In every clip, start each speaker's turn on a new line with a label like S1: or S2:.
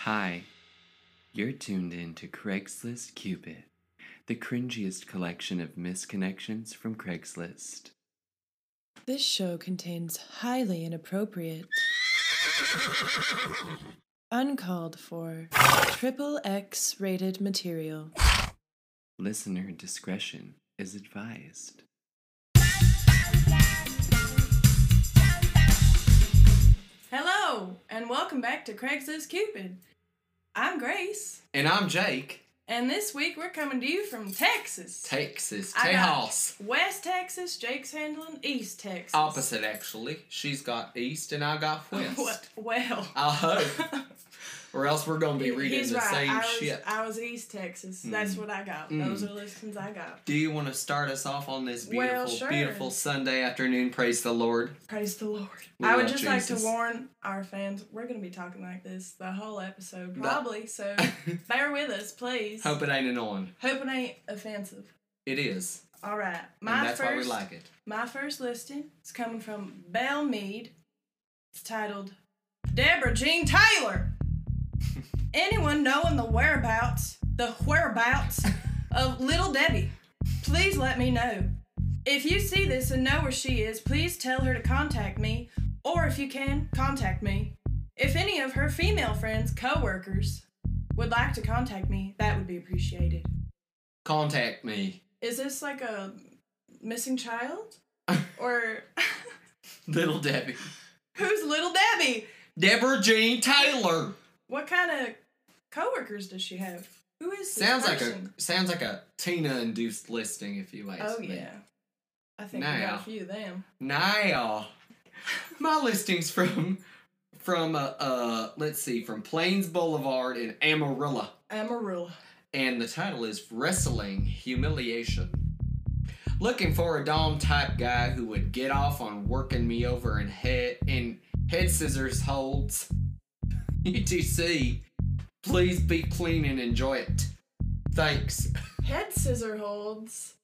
S1: Hi, you're tuned in to Craigslist Cupid, the cringiest collection of misconnections from Craigslist.
S2: This show contains highly inappropriate, uncalled for, triple X rated material.
S1: Listener discretion is advised.
S2: Hello, and welcome back to Craigslist Cupid. I'm Grace,
S1: And I'm Jake.
S2: and this week we're coming to you from Texas.
S1: Texas,
S2: I got-
S1: Tejas.
S2: West Texas, Jake's handling East Texas.
S1: Opposite, actually. She's got east and I got west.
S2: What- Well.
S1: I hope. Or else we're going to be reading
S2: He's
S1: the
S2: right.
S1: same
S2: I was,
S1: shit. Mm.
S2: I was East Texas. That's what I got. Those are the listings I got.
S1: Do you want to start us off on this
S2: Well,
S1: beautiful,
S2: sure.
S1: beautiful Sunday afternoon? Praise the Lord.
S2: Praise the Lord.
S1: We
S2: I would
S1: love
S2: just like
S1: Jesus.
S2: to warn our fans, we're going to be talking like this the whole episode, probably. So bear with us, please.
S1: Hope it ain't annoying.
S2: Hope it ain't offensive.
S1: It is.
S2: All right. My
S1: and that's
S2: first,
S1: why we like it.
S2: My first listing is coming from Belle Mead. It's titled Deborah Jean Taylor. Anyone knowing the whereabouts, the whereabouts of Little Debbie, please let me know. If you see this and know where she is, please tell her to contact me, or if you can, contact me. If any of her female friends, co workers, would like to contact me, that would be appreciated.
S1: Contact me.
S2: Is this like a missing child? Or
S1: Little Debbie.
S2: who's little Debbie?
S1: Deborah Jean Taylor.
S2: What kind of coworkers does she have? Who is this
S1: Sounds like a
S2: person?
S1: sounds like a Tina induced listing if you ask
S2: Oh
S1: me.
S2: yeah. I think we got
S1: Now.
S2: a few of them.
S1: Now my listings from from uh, uh let's see from Plains Boulevard in Amarillo.
S2: Amarillo.
S1: and the title is Wrestling Humiliation. Looking for a dom type guy who would get off on working me over in head in head scissors holds. UTC, please be clean and enjoy it. Thanks.
S2: Head scissor holds.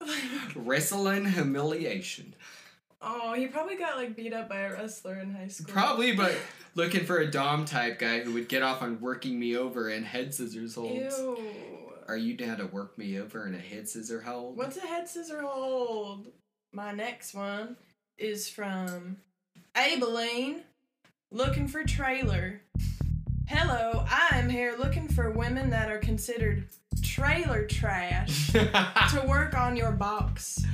S1: Wrestling humiliation.
S2: oh, he probably got like beat up by a wrestler in high school.
S1: Probably, but looking for a dom type guy who would get off on working me over in head scissors holds.
S2: Ew.
S1: Are you down to work me over in a head scissor hold?
S2: What's a head scissor hold? My next one is from Abilene. Looking for trailer. Hello, I am here looking for women that are considered trailer trash to work on your box.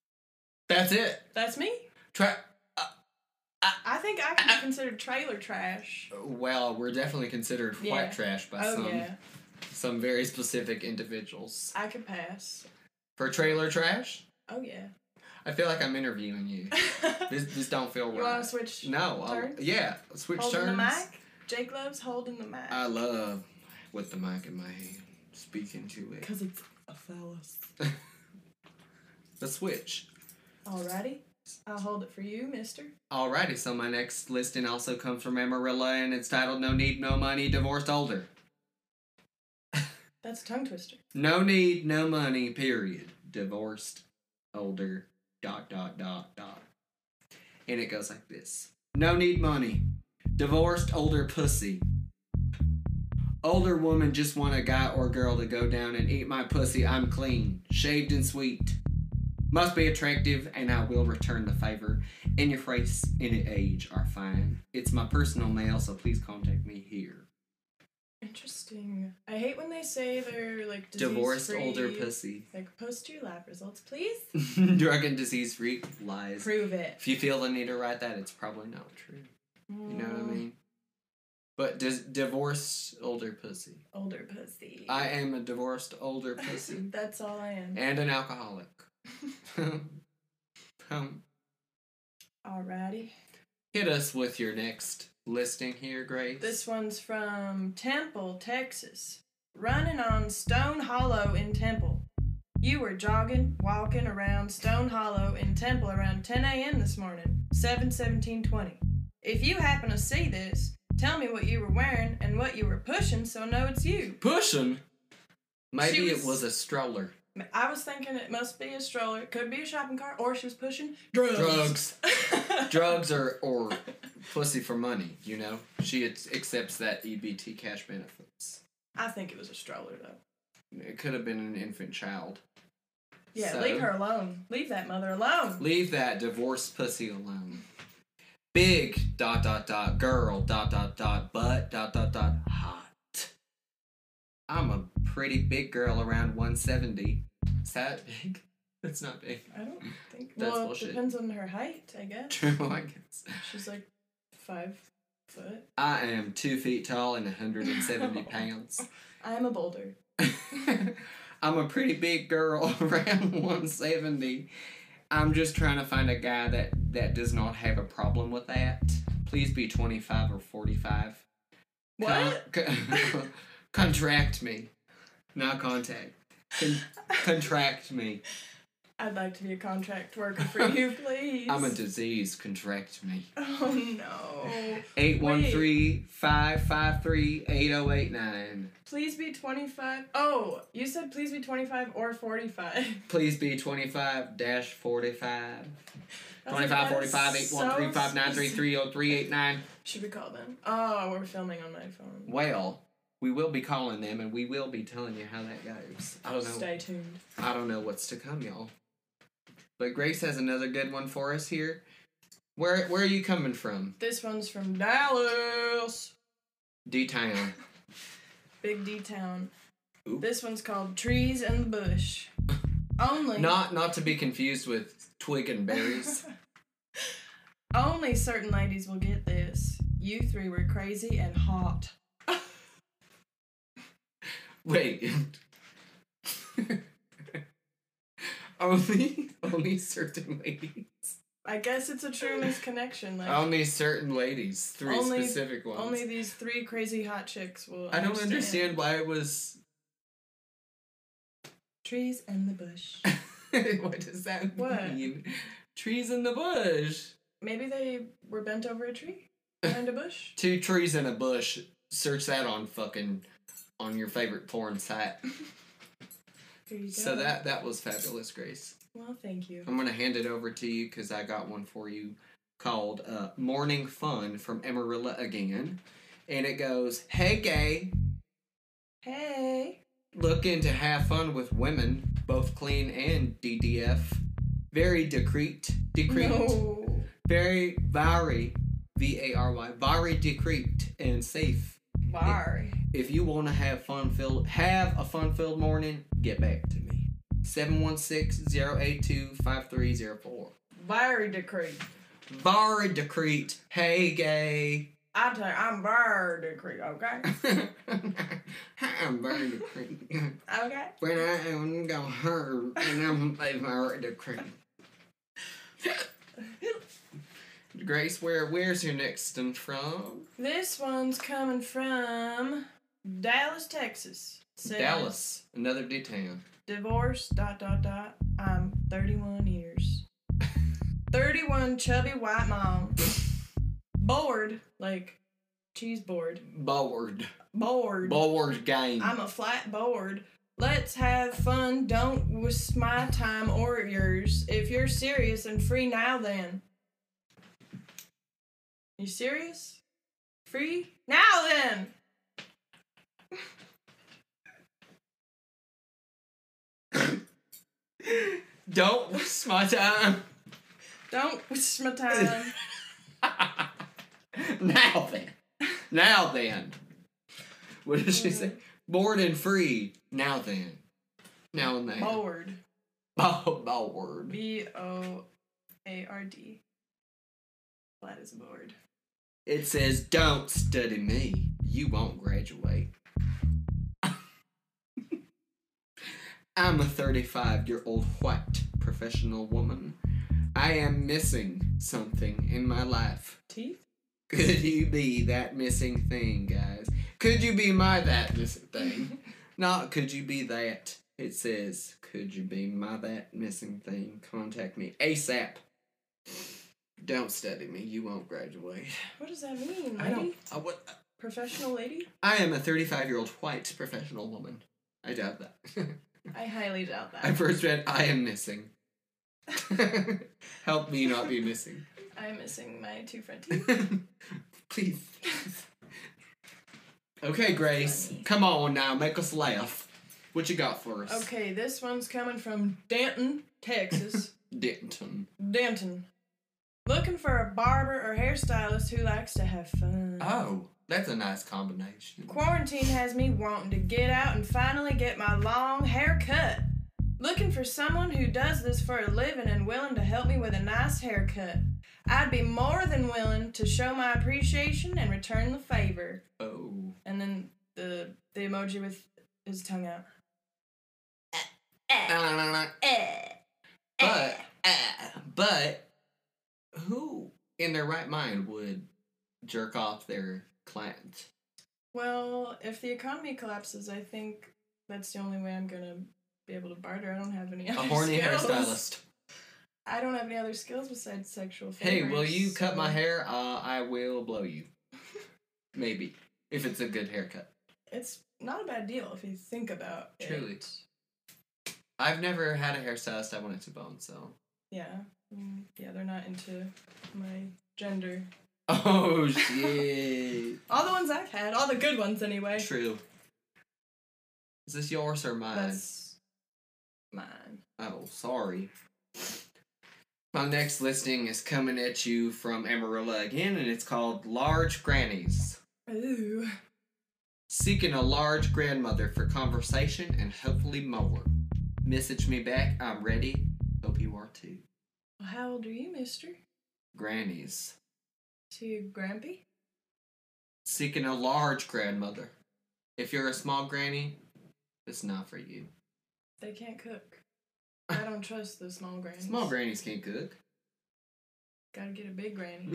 S1: That's it.
S2: That's me.
S1: Try.
S2: I think I can be considered trailer trash.
S1: Well, we're definitely considered
S2: Yeah.
S1: white trash by
S2: Oh
S1: some
S2: yeah,
S1: some very specific individuals.
S2: I could pass.
S1: For trailer trash,
S2: Oh yeah.
S1: I feel like I'm interviewing you.
S2: you
S1: this this don't feel
S2: wanna
S1: right.
S2: switch?
S1: No, I'll,
S2: turns?
S1: yeah, switch
S2: Holding
S1: turns. Uh,
S2: the mic. Jake loves holding the mic.
S1: I love with the mic in my hand, speaking to it.
S2: Cause it's a phallus.
S1: The switch.
S2: Alrighty, I'll hold it for you, Mister.
S1: Alrighty, so my next listing also comes from Amarillo and it's titled No Need, No Money, Divorced Older.
S2: That's a tongue twister.
S1: No need, no money, period. Divorced, older, dot, dot, dot, dot. And it goes like this No need money. Divorced, older pussy. Older woman just want a guy or girl to go down and eat my pussy. I'm clean, shaved and sweet. Must be attractive, and I will return the favor. And your race and age are fine. It's my personal mail, so please contact me here.
S2: Interesting. I hate when they say they're like disease
S1: Divorced,
S2: free.
S1: older pussy.
S2: Like post your lab results, please.
S1: Drug and disease free lies.
S2: Prove it.
S1: If you feel the need to write that, it's probably not true. You know what I
S2: Mm,
S1: mean? But dis- divorced older pussy.
S2: Older pussy.
S1: I am a divorced older pussy
S2: That's all I am.
S1: and an alcoholic. um,
S2: Alrighty.
S1: hit us with your next listing here, Grace.
S2: This one's from Temple, Texas. Running on Stone Hollow in Temple. You were jogging, walking around Stone Hollow in Temple around 10 a.m. this morning, 7 17 20. If you happen to see this, tell me what you were wearing and what you were pushing so I know it's you.
S1: pushing. Maybe
S2: She
S1: it
S2: was-
S1: was a stroller.
S2: I was thinking it must be a stroller, could be a shopping cart, or she was pushing
S1: Drugs. Drugs or or pussy for money, you know? She ac- accepts that EBT cash benefits.
S2: I think it was a stroller though.
S1: It could have been an infant child.
S2: Yeah,
S1: So-
S2: leave her alone. Leave that mother alone.
S1: Leave that divorced pussy alone. Big dot dot dot girl dot dot dot butt dot dot dot hot. I'm a pretty big girl around 170. Is that big? That's not big.
S2: I don't think.
S1: That's
S2: well,
S1: bullshit.
S2: it depends on her height, I guess.
S1: True, I guess.
S2: She's like five foot.
S1: I am two feet tall and 170 pounds.
S2: I'm a boulder.
S1: I'm a pretty big girl around 170. I'm just trying to find a guy that that does not have a problem with that. Please be 25 or 45. Con-
S2: What?
S1: con- contract me. Not contact. Con- contract me.
S2: I'd like to be a contract worker for you, please.
S1: I'm a disease. Contract me.
S2: Oh no.
S1: 813-553-8089.
S2: Please be 25. Oh, you said please be 25 or 45.
S1: Please be 25 dash 45.
S2: I was like,
S1: 25
S2: that is
S1: 45 813
S2: so
S1: 593 0389.
S2: specific. Should we call them? Oh, we're filming on my phone.
S1: Well, we will be calling them and we will be telling you how that goes. I don't know.
S2: Stay tuned.
S1: I don't know what's to come, y'all. But Grace has another good one for us here. Where where are you coming from?
S2: This one's from Dallas.
S1: D Town.
S2: Big D Town.
S1: Ooh.
S2: This one's called Trees and the Bush. Only.
S1: Not not to be confused with twig and berries.
S2: Only certain ladies will get this. You three were crazy and hot.
S1: Wait. only only certain ladies.
S2: I guess it's a true misconnection. Like
S1: Only certain ladies. Three
S2: Only-
S1: specific ones.
S2: only these three crazy hot chicks will.
S1: I don't understand why it was.
S2: Trees and the bush.
S1: what does that
S2: What?
S1: mean? Trees in the bush.
S2: Maybe they were bent over a tree behind a bush.
S1: Two trees in a bush. Search that on fucking on your favorite porn site.
S2: Here you go.
S1: So that that was fabulous, Grace.
S2: Well, thank you.
S1: I'm gonna hand it over to you because I got one for you called uh, "Morning Fun" from Amarilla again, and it goes, "Hey, gay,
S2: Hey.
S1: looking to have fun with women, both clean and DDF, very decreet, decreet."
S2: No.
S1: very very V A R Y very decreed and safe.
S2: Sorry.
S1: If you want to have fun filled have a fun filled morning, get back to me. 716-082-5304.
S2: Very decree.
S1: Very decreed. Hey gay.
S2: I tell you, I'm very decree. Okay.
S1: I'm very decreed.
S2: Okay.
S1: When I am gonna hurt and I'm very decreed. Grace, where where's your next one from?
S2: This one's coming from Dallas, Texas. Says,
S1: Dallas. Another D town.
S2: Divorce. Dot dot dot. I'm 31 years. 31 chubby white mom. bored. Like cheese board.
S1: Bored.
S2: Bored.
S1: Bored game.
S2: I'm a flat board. Let's have fun. Don't waste my time or yours. If you're serious and free now, then. You serious? Free? Now then!
S1: Don't waste my time.
S2: Don't waste my time.
S1: now then. Now then. What did she say? Bored and free. Now then. Now and then. Oh,
S2: Board.
S1: Bo- bored.
S2: B O A R D. Flat is a board.
S1: It says, don't study me. You won't graduate. I'm a 35 year old white professional woman. I am missing something in my life.
S2: Teeth?
S1: Could you be that missing thing, guys? Could you be my that missing thing? Not could you be that. It says, could you be my that missing thing? Contact me ASAP. Don't study me. You won't graduate.
S2: What does that mean, lady?
S1: I don't. I, would,
S2: Professional lady?
S1: I am a 35 year old white professional woman. I doubt that.
S2: I highly doubt that.
S1: I first read, I am missing. Help me not be missing.
S2: I'm missing my two front teeth.
S1: Please. Okay, Grace.
S2: Funny.
S1: Come on now, make us laugh. What you got for us?
S2: Okay, this one's coming from Denton, Texas.
S1: Denton.
S2: Denton. Looking for a barber or hairstylist who likes to have fun.
S1: Oh, that's a nice combination.
S2: Quarantine has me wanting to get out and finally get my long haircut. Looking for someone who does this for a living and willing to help me with a nice haircut. I'd be more than willing to show my appreciation and return the favor.
S1: Oh.
S2: And then the the emoji with his tongue out. Eh.
S1: But, ah, but, who in their right mind would jerk off their client?
S2: Well, if the economy collapses, I think that's the only way I'm gonna be able to barter. I don't have any
S1: A
S2: other
S1: horny
S2: skills.
S1: hairstylist.
S2: I don't have any other skills besides sexual.
S1: Hey, will you
S2: favors,
S1: cut my
S2: so-
S1: hair? Uh, I will blow you. Maybe. If it's a good haircut.
S2: It's not a bad deal if you think about it.
S1: Truly. I've never had a hairstylist I wanted to bone, so.
S2: Yeah. Mm, yeah, they're not into my gender.
S1: Oh, shit.
S2: All the ones I've had, all the good ones anyway.
S1: True. Is this yours or mine?
S2: That's mine.
S1: Oh, sorry. My next listing is coming at you from Amarilla again, and it's called Large Grannies.
S2: Ooh.
S1: Seeking a large grandmother for conversation and hopefully more. Message me back. I'm ready. Hope you are too.
S2: Well, how old are you, mister?
S1: Grannies.
S2: To your grampy?
S1: Seeking a large grandmother. If you're a small granny, it's not for you.
S2: They can't cook. I don't trust the small grannies.
S1: Small grannies can't cook.
S2: Gotta get a big granny.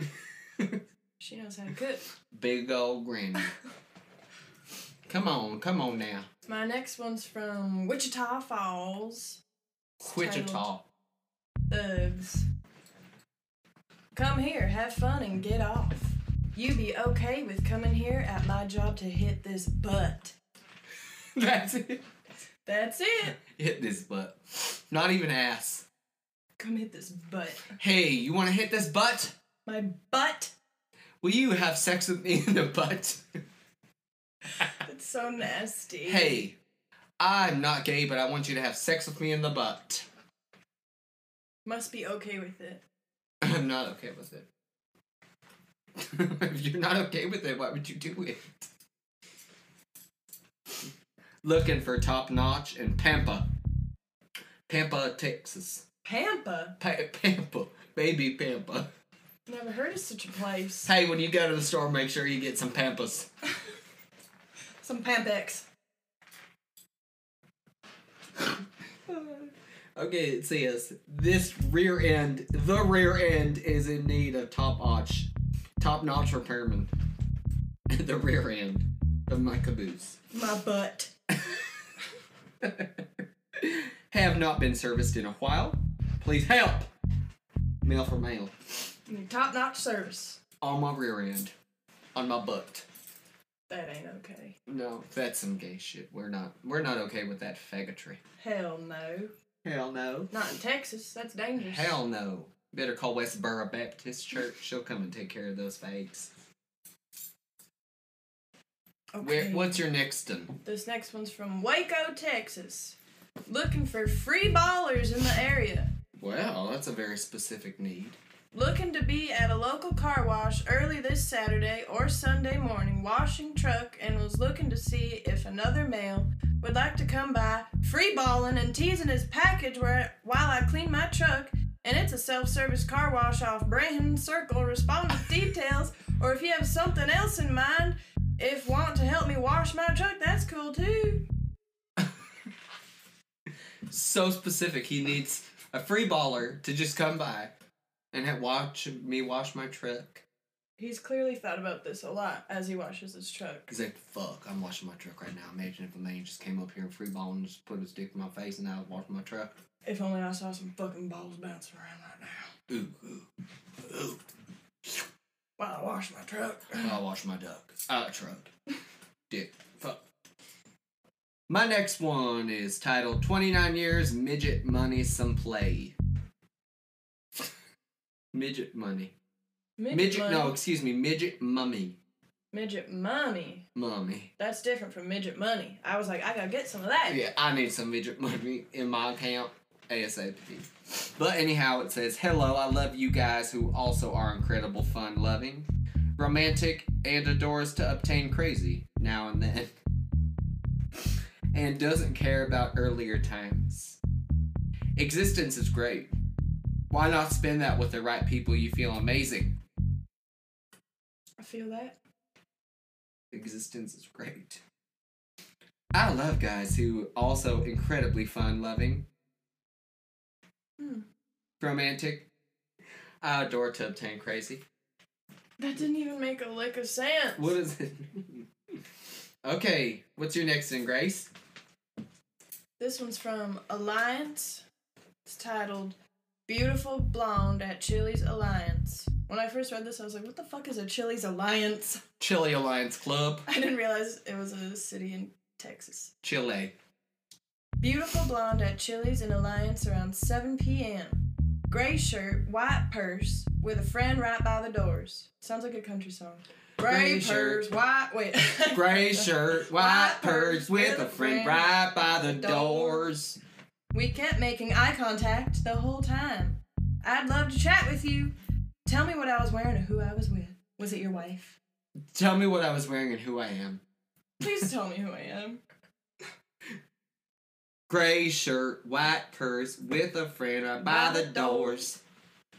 S2: she knows how to cook.
S1: Big old granny. come on, come on now.
S2: My next one's from Wichita Falls.
S1: Wichita.
S2: Thugs. Come here, have fun, and get off. You be okay with coming here at my job to hit this butt.
S1: That's it.
S2: That's it.
S1: Hit this butt. Not even ass.
S2: Come hit this butt.
S1: Hey, you want to hit this butt?
S2: My butt.
S1: Will you have sex with me in the butt?
S2: That's so nasty.
S1: Hey, I'm not gay, but I want you to have sex with me in the butt.
S2: Must be okay with it.
S1: I'm not okay with it. if you're not okay with it, why would you do it? Looking for top notch in Pampa. Pampa, Texas.
S2: Pampa.
S1: Pa- Pampa. Baby Pampa.
S2: Never heard of such a place.
S1: Hey, when you go to the store, make sure you get some Pampas.
S2: Some Pampex.
S1: Okay, it says this rear end, the rear end is in need of top notch, top notch repairman. the rear end of my caboose
S2: My butt.
S1: have not been serviced in a while. Please help. Mail for mail
S2: Your top notch service.
S1: on my rear end, on my butt.
S2: That ain't okay.
S1: No, that's some gay shit. We're not, we're not okay with that faggotry.
S2: Hell no.
S1: Hell no.
S2: Not in Texas. That's dangerous.
S1: Hell no. Better call Westboro Baptist Church. She'll come and take care of those fags. Where,
S2: Okay.
S1: what's your next one?
S2: This next one's from Waco, Texas. Looking for free ballers in the area.
S1: Well, that's a very specific need.
S2: Looking to be at a local car wash early this Saturday or Sunday morning washing truck and was looking to see if another male would like to come by free balling and teasing his package where, while I clean my truck and it's a self-service car wash off Brandon Circle respond with details or if you have something else in mind if want to help me wash my truck that's cool too.
S1: So specific, he needs a free baller to just come by and ha- watch me wash my truck.
S2: He's clearly thought about this a lot as he washes his truck.
S1: He's like, fuck, I'm washing my truck right now. Imagine if a man just came up here and free ball and just put his dick in my face and I was washing my truck.
S2: If only I saw some fucking balls bouncing around right now
S1: Ooh, ooh, ooh.
S2: while I wash my truck.
S1: I wash my duck. Uh, truck. Dick. Fuck. My next one is titled 29 Years Midget Money Some Play. Midget Money.
S2: Midget,
S1: Midget,
S2: mummy.
S1: no, excuse me, midget mummy.
S2: Midget mummy.
S1: Mummy.
S2: That's different from midget money. I was like, I gotta get some of that.
S1: Yeah, I need some midget mummy in my account ASAP. But anyhow, it says, Hello, I love you guys who also are incredible fun loving, romantic, and adores to obtain crazy now and then. And doesn't care about earlier times. Existence is great. Why not spend that with the right people you feel amazing?
S2: I feel that.
S1: existence is great. I love guys who also incredibly fun loving.
S2: Hmm.
S1: Romantic. I adore to obtain crazy.
S2: That didn't even make a lick of sense.
S1: What is it? okay, what's your next in Grace?
S2: This one's from Alliance. It's titled Beautiful Blonde at Chili's Alliance. When I first read this, I was like, what the fuck is a Chili's Alliance?
S1: Chile Alliance Club.
S2: I didn't realize it was a city in Texas.
S1: Chile.
S2: Beautiful blonde at Chili's in Alliance around 7 p.m. Gray shirt, white purse, with a friend right by the doors. Sounds like a country song. Gray,
S1: Gray
S2: purse,
S1: shirt.
S2: white. Wait.
S1: Gray shirt, white purse with a friend right by the doors.
S2: We kept making eye contact the whole time. I'd love to chat with you. Tell me what I was wearing and who I was with. Was it your wife?
S1: Tell me what I was wearing and who I am.
S2: Please tell me who I am.
S1: Gray shirt, white purse with a friend right by the doors.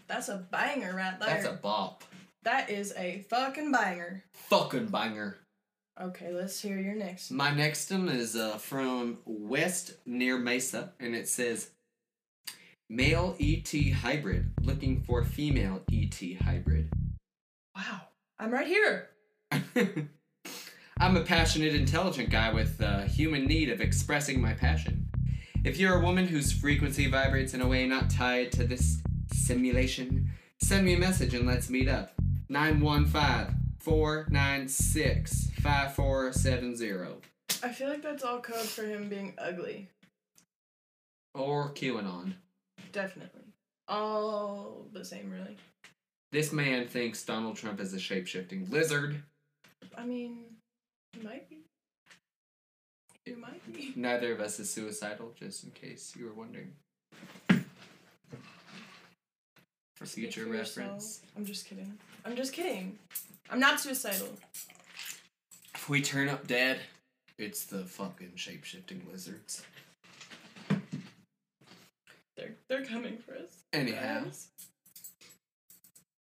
S2: That's a banger right there.
S1: That's a bop.
S2: That is a fucking banger.
S1: Fucking banger.
S2: Okay, let's hear your next.
S1: My next one is uh, from West near Mesa, and it says Male ET hybrid looking for female ET hybrid.
S2: Wow. I'm right here.
S1: I'm a passionate, intelligent guy with uh, human need of expressing my passion. If you're a woman whose frequency vibrates in a way not tied to this simulation, send me a message and let's meet up. 915 496 5470
S2: I feel like that's all code for him being ugly.
S1: or QAnon.
S2: Definitely. All the same, really.
S1: This man thinks Donald Trump is a shape shifting lizard.
S2: I mean, he might be. He might be.
S1: Neither of us is suicidal, just in case you were wondering. For
S2: Speak
S1: future
S2: for yourself.
S1: reference.
S2: I'm just kidding. I'm just kidding. I'm not suicidal.
S1: If we turn up dead, it's the fucking shape shifting lizards.
S2: They're they're coming for us.
S1: Anyhow,
S2: guys.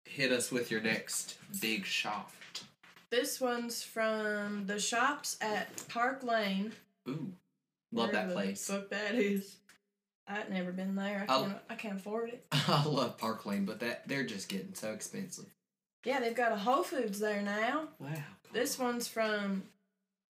S1: hit us with your next big shaft.
S2: This one's from the shops at Park Lane.
S1: Ooh. Love that
S2: Wherever the
S1: place.
S2: Fuck that is. I've never been there. I
S1: I'll-
S2: can't, I can't afford it.
S1: I love Park Lane, but that they're just getting so expensive.
S2: Yeah, they've got a Whole Foods there now.
S1: Wow.
S2: This one's from,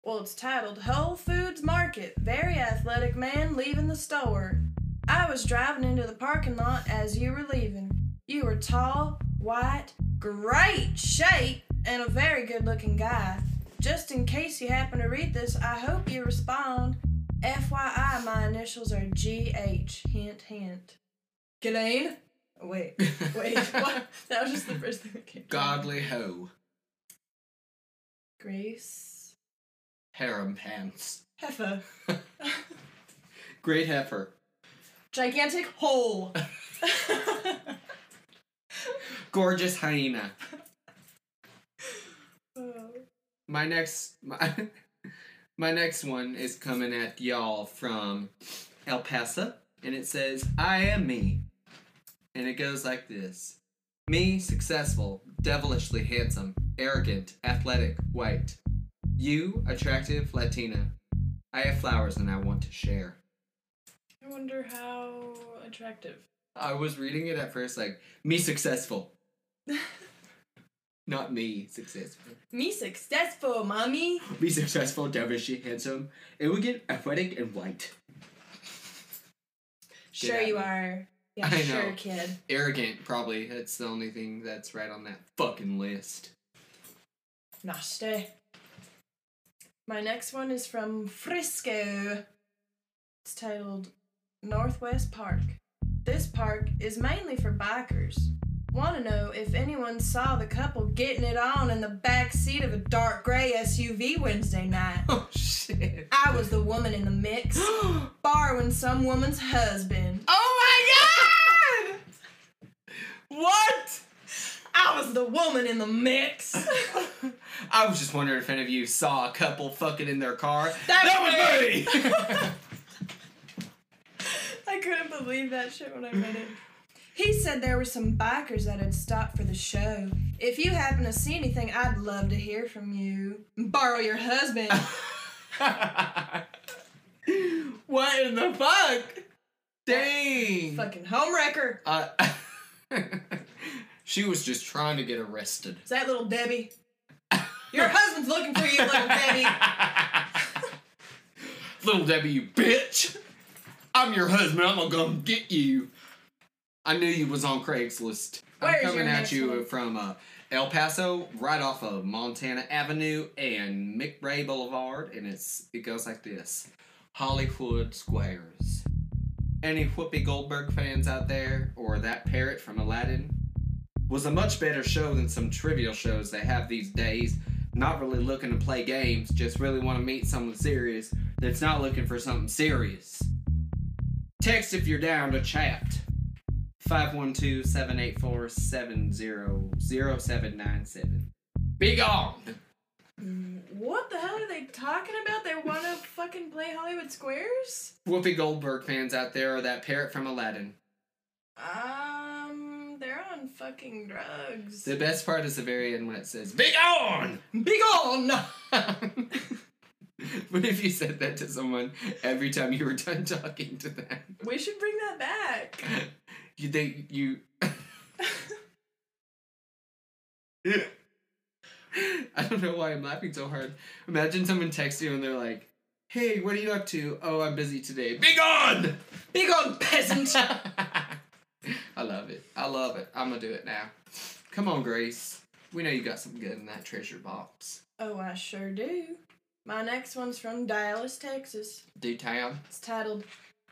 S2: well, it's titled Whole Foods Market. Very athletic man leaving the store. I was driving into the parking lot as you were leaving. You were tall, white, great shape, and a very good looking guy. Just in case you happen to read this, I hope you respond. FYI, my initials are GH. Hint, hint. Ghislaine? Wait, wait, what? That was just the first thing that came. to mind.
S1: Godly hoe.
S2: Grace.
S1: Harem pants.
S2: Heffa.
S1: Great heifer.
S2: Gigantic hole.
S1: Gorgeous hyena.
S2: Oh,
S1: My next my, my next one is coming at y'all from El Paso and it says I am me. And it goes like this. Me, successful, devilishly handsome, arrogant, athletic, white. You, attractive, Latina. I have flowers and I want to share.
S2: I wonder how attractive.
S1: I was reading it at first like me successful. Not me successful.
S2: Me successful, mommy.
S1: be successful, devilishly handsome, arrogant, athletic, and white.
S2: Sure
S1: at
S2: you
S1: me.
S2: are. Yeah,
S1: I
S2: sure,
S1: know.
S2: kid.
S1: Arrogant, probably. That's the only thing that's right on that fucking list.
S2: Nasty. My next one is from Frisco. It's titled Northwest Park. This park is mainly for bikers. Want to know if anyone saw the couple getting it on in the back seat of a dark gray SUV Wednesday night.
S1: Oh shit.
S2: I was the woman in the mix,
S1: oh
S2: borrowing some woman's husband. Oh
S1: my god! What?
S2: I was the woman in the mix.
S1: I was just wondering if any of you saw a couple fucking in their car.
S2: That
S1: that was me.
S2: I couldn't believe that shit when I read it. He said there were some bikers that had stopped for the show. If you happen to see anything, I'd love to hear from you. Borrow your husband.
S1: what in the fuck? Dang.
S2: Fucking homewrecker.
S1: Uh, she was just trying to get arrested.
S2: Is that little Debbie? Your husband's looking for you, little Debbie.
S1: Little Debbie, you bitch. I'm your husband. I'm gonna come get you. I knew you was on Craigslist.
S2: Where's
S1: I'm
S2: your
S1: coming at
S2: next
S1: you
S2: one?
S1: from uh, El Paso, right off of Montana Avenue and McRae Boulevard, and it's it goes like this: Hollywood Squares. Any Whoopi Goldberg fans out there, or that parrot from Aladdin, was a much better show than some trivial shows they have these days. Not really looking to play games, just really want to meet someone serious that's not looking for something serious. Text if you're down to chat. 512-784-700797. Be gone!
S2: Mm, What the hell are they talking about? They want to fucking play Hollywood Squares?
S1: Whoopi Goldberg fans out there are that parrot from Aladdin.
S2: Um, they're on fucking drugs.
S1: The best part is the very end when it says, Be gone!
S2: Be gone!
S1: what if you said that to someone every time you were done talking to them?
S2: We should bring that back.
S1: You think you. I don't know why I'm laughing so hard. Imagine someone texts you and they're like, hey, what are you up to? Oh, I'm busy today. Be gone!
S2: Be gone, peasant!
S1: I love it. I love it. I'm gonna do it now. Come on, Grace. We know you got something good in that treasure box.
S2: oh, I sure do. My next one's from Dallas, Texas.
S1: Do town.
S2: It's titled,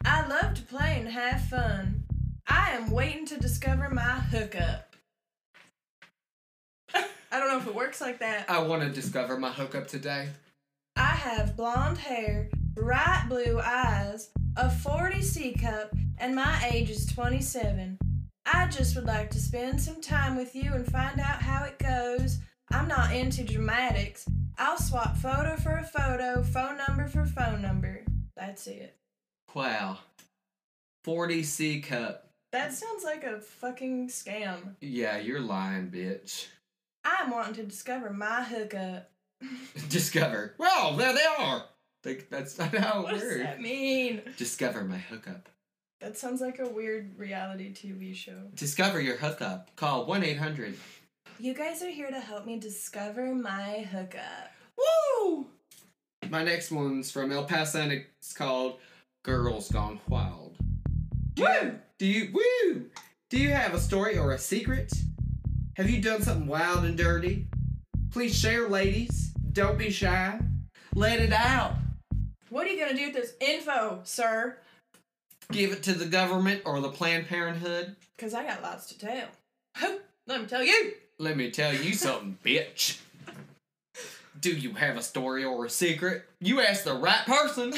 S2: I Love to Play and Have Fun. I am waiting to discover my hookup. I don't know if it works like that.
S1: I want to discover my hookup today.
S2: I have blonde hair, bright blue eyes, a 40 C cup, and my age is 27. I just would like to spend some time with you and find out how it goes. I'm not into dramatics. I'll swap photo for a photo, phone number for phone number. That's it.
S1: Wow. 40 C cup.
S2: That sounds like a fucking scam.
S1: Yeah, you're lying, bitch.
S2: I'm wanting to discover my hookup.
S1: Discover. Well, there they are. Like, that's not how
S2: What
S1: it
S2: does that
S1: works.
S2: mean?
S1: Discover my hookup.
S2: That sounds like a weird reality TV show.
S1: Discover your hookup. Call 1 800.
S2: You guys are here to help me discover my hookup.
S1: Woo! My next one's from El Paso and it's called Girls Gone Wild. Do you,
S2: Woo!
S1: do you woo? Do you have a story or a secret? Have you done something wild and dirty? Please share, ladies. Don't be shy. Let it out.
S2: What are you gonna do with this info, sir?
S1: Give it to the government or the Planned Parenthood.
S2: Because I got lots to tell. Huh, Let me tell you.
S1: Let me tell you something, bitch. Do you have a story or a secret? You asked the right person.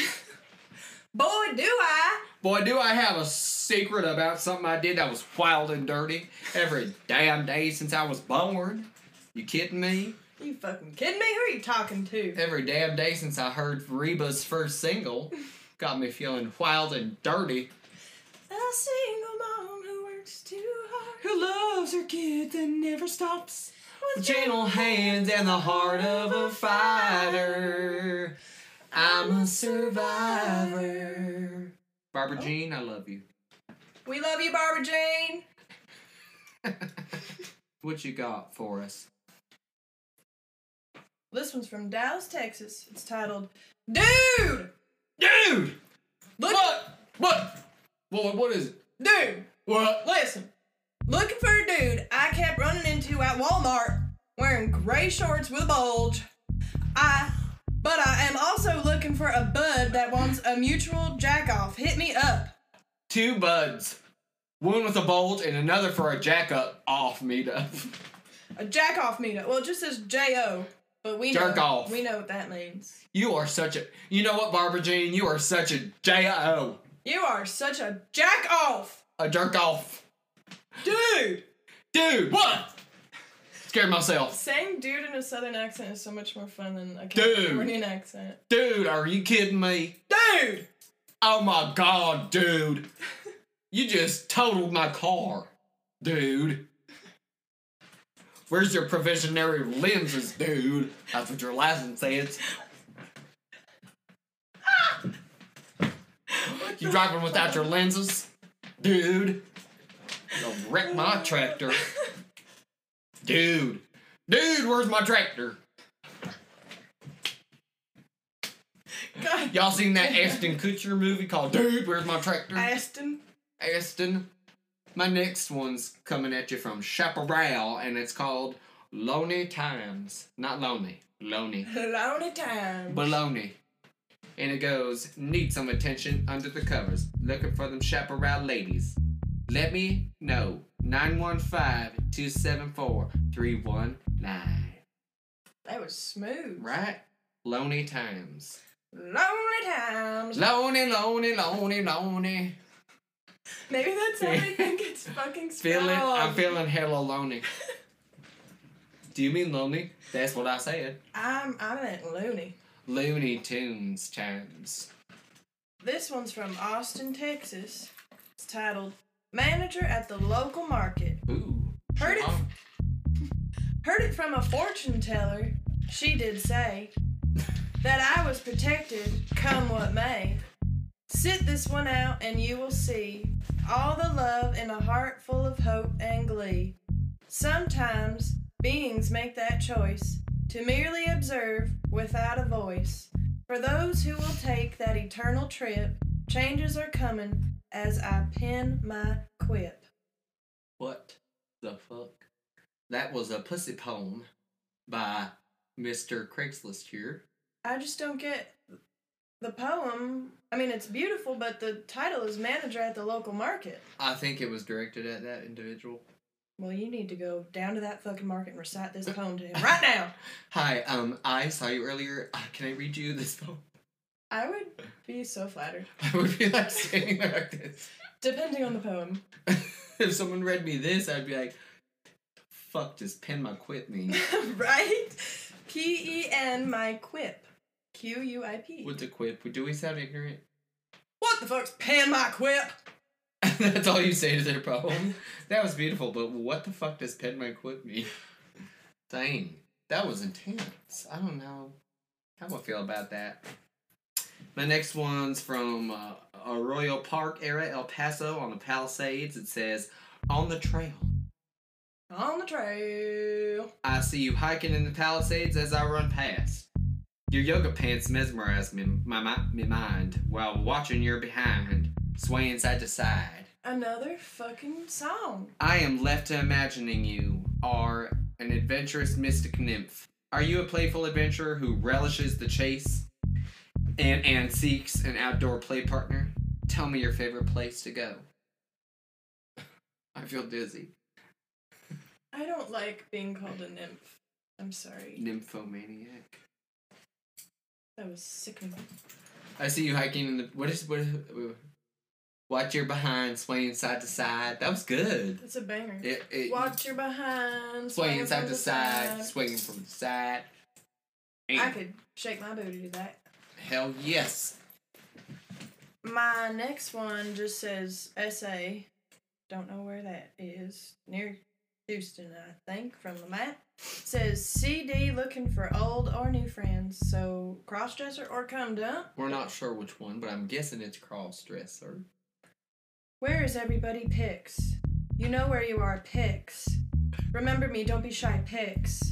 S2: Boy, do I!
S1: Boy, do I have a secret about something I did that was wild and dirty every damn day since I was born. You kidding me?
S2: You fucking kidding me? Who are you talking to?
S1: Every damn day since I heard Reba's first single got me feeling wild and dirty.
S2: A single mom who works too hard.
S1: Who loves her kids and never stops? With gentle hands and the heart of a fighter. I'm a survivor. Barbara Jean, I love you.
S2: We love you, Barbara Jane.
S1: What you got for us?
S2: This one's from Dallas, Texas. It's titled, Dude!
S1: Dude!
S2: Look,
S1: What? What? What? What is it?
S2: dude,
S1: What?
S2: listen. Looking for a dude I kept running into at Walmart wearing gray shorts with a bulge. I, but I am also looking for a bud that wants a mutual jack off. Hit me up.
S1: Two buds. One with a bolt and another for a jack up off meetup.
S2: A jack off meetup. Well, it just says J O, but we
S1: Jerk
S2: know
S1: off.
S2: we know what that means.
S1: You are such a. You know what, Barbara Jean? You are such a J.O.
S2: You are such a jack off,
S1: A jerk off.
S2: dude.
S1: Dude, what? Scared myself.
S2: Saying dude in a southern accent is so much more fun than a
S1: Dude.
S2: Californian accent.
S1: Dude, are you kidding me?
S2: Dude,
S1: Oh my god, dude. You just totaled my car, dude. Where's your provisionary lenses, dude? That's what your license says. You driving without your lenses, dude? You'll wreck my tractor, dude. Dude, where's my tractor?
S2: God,
S1: Y'all seen that Ashton Kutcher movie called Dude, Where's My Tractor?
S2: Aston.
S1: Aston. My next one's coming at you from Chaparral, and it's called Lonely Times. Not lonely, lonely,
S2: Lonely time.
S1: baloney. And it goes, need some attention under the covers, looking for them chaparral ladies. Let me know. 915-274-319.
S2: that was smooth.
S1: Right? Lonely times.
S2: Lonely times.
S1: Lonely, lonely, lonely, lonely.
S2: Maybe that's how they think it's fucking spelled.
S1: Feeling, I'm feeling hella lonely. Do you mean lonely? That's what I said.
S2: I'm I'm at loony.
S1: Looney Tunes times.
S2: This one's from Austin, Texas. It's titled Manager at the Local Market.
S1: Ooh.
S2: Heard it,
S1: Oh,
S2: heard it from a fortune teller. She did say that I was protected, come what may. Sit this one out and you will see all the love in a heart full of hope and glee. Sometimes beings make that choice to merely observe without a voice. For those who will take that eternal trip, changes are coming as I pin my quip.
S1: What the fuck? That was a pussy poem by Mr. Craigslist here.
S2: I just don't get the poem. I mean, it's beautiful, but the title is Manager at the Local Market.
S1: I think it was directed at that individual.
S2: Well, you need to go down to that fucking market and recite this poem to him right now.
S1: Hi, um, I saw you earlier. Uh, can I read you this poem?
S2: I would be so flattered.
S1: I would be like standing there like this.
S2: Depending on the poem.
S1: if someone read me this, I'd be like, fuck does pen my quit mean?
S2: right? P E N my quip. Q U I P.
S1: What's a quip? Do we sound ignorant?
S2: What the fuck's pan my quip?
S1: That's all you say to their problem. that was beautiful, but what the fuck does pen my quip mean? Dang, that was intense. I don't know how I feel about that. My next one's from uh, Arroyo Park era, El Paso, on the Palisades. It says, "On the trail."
S2: On the trail.
S1: I see you hiking in the Palisades as I run past. Your yoga pants mesmerize me, my, my, me mind while watching your behind, swaying side to side.
S2: Another fucking song.
S1: I am left to imagining you are an adventurous mystic nymph. Are you a playful adventurer who relishes the chase and, and seeks an outdoor play partner? Tell me your favorite place to go. I feel dizzy.
S2: I don't like being called a nymph. I'm sorry.
S1: Nymphomaniac.
S2: That was sickening.
S1: I see you hiking in the. What is. What is watch your behind swaying side to side. That was good.
S2: That's a banger.
S1: It, it,
S2: Watch your behind.
S1: swaying side
S2: from
S1: to
S2: the
S1: side, swinging from the side.
S2: I
S1: And-
S2: could shake my booty to that.
S1: Hell yes.
S2: My next one just says SA. Don't know where that is. Near Houston, I think, from the map. Says CD looking for old or new friends. So crossdresser or cum dump.
S1: We're not sure which one, but I'm guessing it's cross dresser.
S2: Where is everybody, Pix? You know where you are, Pix. Remember me, don't be shy, Pix.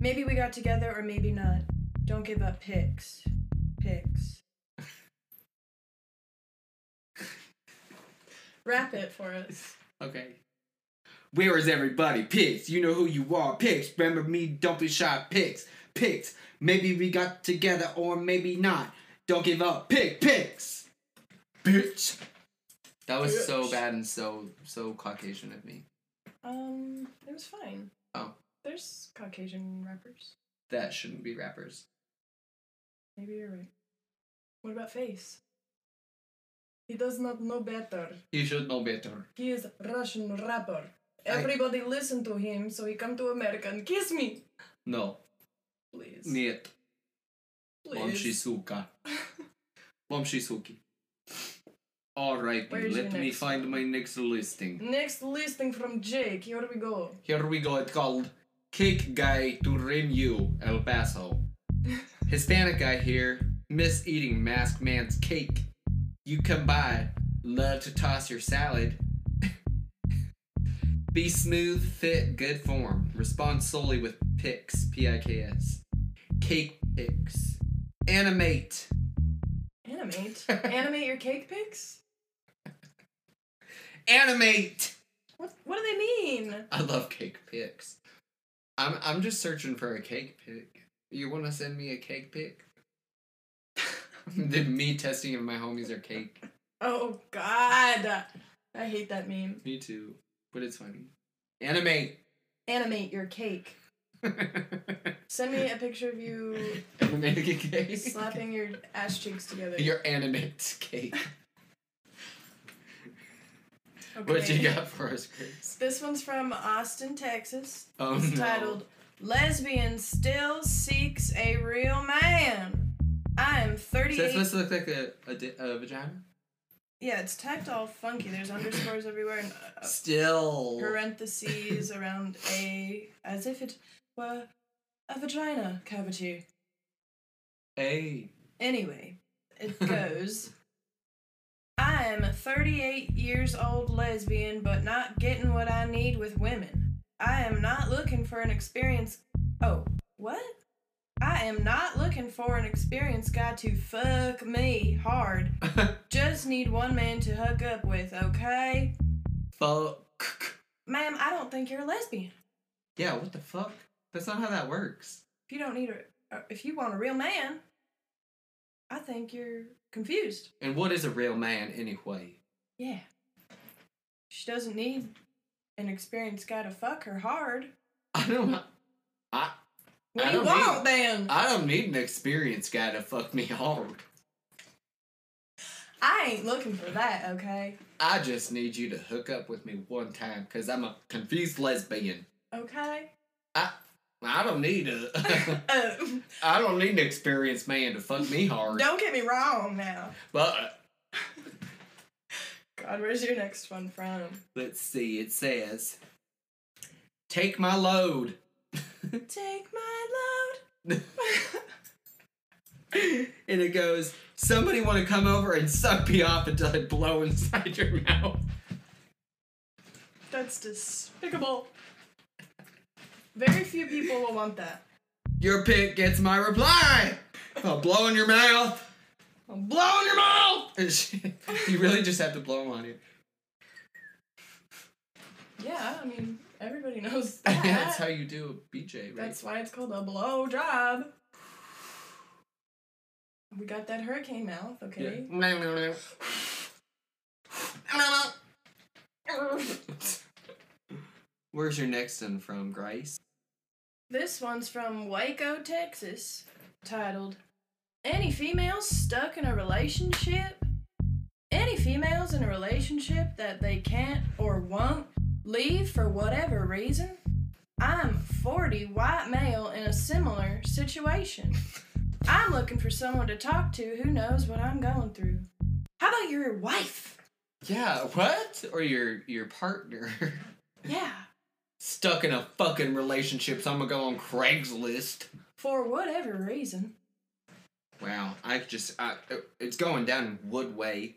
S2: Maybe we got together or maybe not. Don't give up, Pix. Pix. Wrap it for us.
S1: Okay. Where is everybody? Pigs. You know who you are. Pigs. Remember me. Don't be shy. Pigs. Pigs. Maybe we got together or maybe not. Don't give up. Pig. Pigs. Bitch. That was so
S2: Bitch.
S1: bad and so so Caucasian of me.
S2: Um, it was fine.
S1: Oh.
S2: There's Caucasian rappers.
S1: That shouldn't be rappers.
S2: Maybe you're right. What about Face? He does not know better.
S1: You should know better.
S2: He is Russian rapper.
S1: I-
S2: Everybody listen to him, so he come to America and kiss me,
S1: No.
S2: please.
S1: Нет.
S2: please.
S1: Ламши сука. Ламши суки. Alrighty,
S2: Where's your
S1: let me
S2: next
S1: find
S2: one?
S1: my next listing.
S2: Next listing from Jake. Here we go.
S1: Here we go, it's called Cake Guy to Rim You, El Paso. Hispanic guy here, miss eating masked man's cake. You come by, love to toss your salad. Be smooth, fit, good form. Respond solely with pics, P I K S. Cake pics. Animate.
S2: Animate. Animate your cake pics?
S1: Animate!
S2: What what do they mean?
S1: I love cake pics. I'm I'm just searching for a cake pic. You wanna send me a cake pic? the me testing if my homies are cake.
S2: Oh god. I hate that meme.
S1: Me too. But it's funny. Animate.
S2: Animate your cake. Send me a picture of you
S1: Animate a cake.
S2: slapping your ass cheeks together.
S1: Your animate cake. What you got for us, Chris?
S2: This one's from Austin, Texas.
S1: Oh
S2: It's
S1: no.
S2: titled Lesbian Still Seeks a Real Man. I am
S1: Is that
S2: 38.
S1: supposed to look like a, a, di- a vagina?
S2: yeah, it's typed all funky. There's underscores everywhere and uh,
S1: Still.
S2: parentheses around a as if it were a vagina cavity.
S1: Hey.
S2: Anyway, it goes. I am a 38 years old lesbian, but not getting what I need with women. I am not looking for an experienced. Oh, what? I am not looking for an experienced guy to fuck me hard. Just need one man to hook up with, okay?
S1: fuck.
S2: Ma'am, I don't think you're a lesbian.
S1: Yeah, what the fuck? That's not how that works.
S2: If you don't need a. uh, If you want a real man, I think you're confused.
S1: And what is a real man anyway?
S2: Yeah. She doesn't need an experienced guy to fuck her hard.
S1: I don't. I
S2: What
S1: I
S2: do you
S1: don't
S2: want then? I,
S1: I don't need an experienced guy to fuck me hard.
S2: ain't looking for that, okay?
S1: I just need you to hook up with me one time, cause I'm a confused lesbian.
S2: Okay?
S1: I don't need a.
S2: Uh,
S1: I don't need an experienced man to fuck me hard.
S2: don't get me wrong now.
S1: But uh,
S2: God, where's your next one from?
S1: let's see. It says, "Take my load."
S2: Take my load.
S1: and it goes, somebody want to come over and suck me off until I blow inside your mouth.
S2: That's despicable. Very few people will want that.
S1: Your pick gets my reply. I'll blow in your mouth. I'll blow in your mouth. And she- you really just have to blow on it.
S2: Yeah, I mean, everybody knows that.
S1: That's how you do a BJ, right?
S2: That's why it's called a blow job. We got that hurricane mouth, okay?
S1: Yeah. Where's your next one from, Grace?
S2: This one's from Waco, Texas, titled Any Females Stuck in a Relationship? Any females in a relationship that they can't or won't leave for whatever reason? I'm 40 white male in a similar situation. I'm looking for someone to talk to who knows what I'm going through. How about your wife?
S1: Yeah, what? Or your your partner?
S2: Yeah.
S1: Stuck in a fucking relationship, so I'm gonna go on Craigslist.
S2: For whatever reason.
S1: Wow, I just I, it's going down Woodway.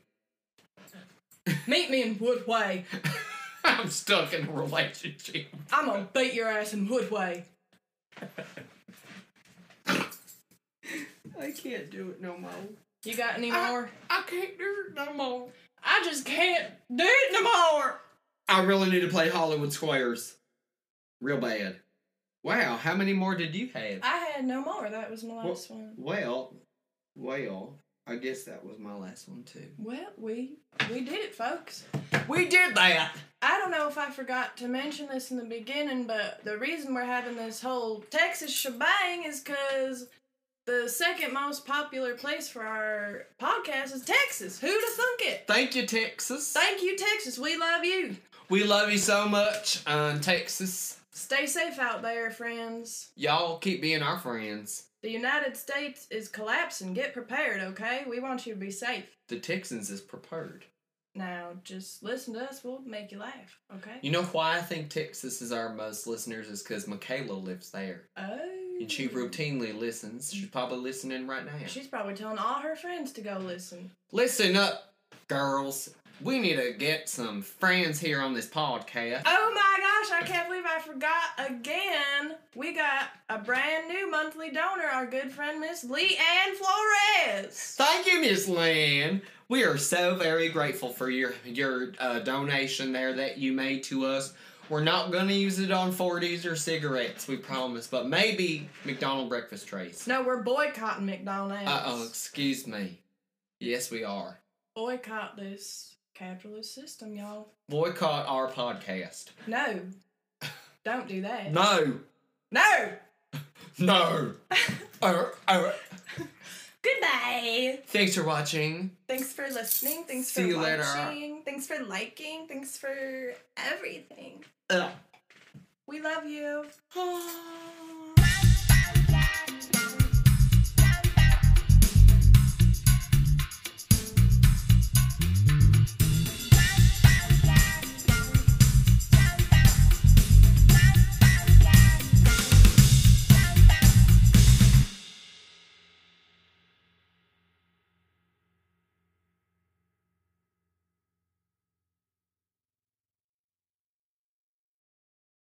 S2: Meet me in Woodway.
S1: I'm stuck in a relationship.
S2: I'm gonna beat your ass in Woodway.
S1: I can't do it no more.
S2: You got any
S1: Ah.
S2: more?
S1: I can't do it no more.
S2: I just can't do it no more.
S1: I really need to play Hollywood Squares. Real bad. Wow, how many more did you have?
S2: I had no more. That was my
S1: Well-
S2: last one.
S1: Well, well, I guess that was my last one too.
S2: Well, we we did it, folks.
S1: We did that.
S2: I don't know if I forgot to mention this in the beginning, but the reason we're having this whole Texas shebang is because the second most popular place for our podcast is Texas. Who'd have thunk it?
S1: Thank you, Texas.
S2: Thank you, Texas. We love you.
S1: we love you so much, um, Texas.
S2: Stay safe out there, friends.
S1: Y'all keep being our friends.
S2: The United States is collapsing. Get prepared, okay? We want you to be safe.
S1: The Texans is prepared.
S2: Now, just listen to us. We'll make you laugh, okay?
S1: You know why I think Texas is our most listeners is because Michaela lives there.
S2: Oh.
S1: And she routinely listens. She's probably listening right now.
S2: She's probably telling all her friends to go listen.
S1: Listen up, girls. We need to get some friends here on this podcast.
S2: Oh my gosh, I can't believe I forgot again. We got a brand new monthly donor, our good friend Miss Lee Ann Flores.
S1: Thank you, Miss Lynn. We are so very grateful for your your uh, donation there that you made to us. We're not gonna use it on 40s or cigarettes, we promise, but maybe McDonald breakfast trays.
S2: No, we're boycotting McDonald's.
S1: Uh oh, excuse me. Yes, we are.
S2: Boycott this capitalist system, y'all.
S1: Boycott our podcast.
S2: No. Don't do that.
S1: No,
S2: No.
S1: no. Er, er.
S2: Goodbye.
S1: Thanks for watching.
S2: Thanks for listening. Thanks
S1: See
S2: for
S1: you later.
S2: watching. Thanks for liking. Thanks for everything.
S1: Ugh.
S2: We love you.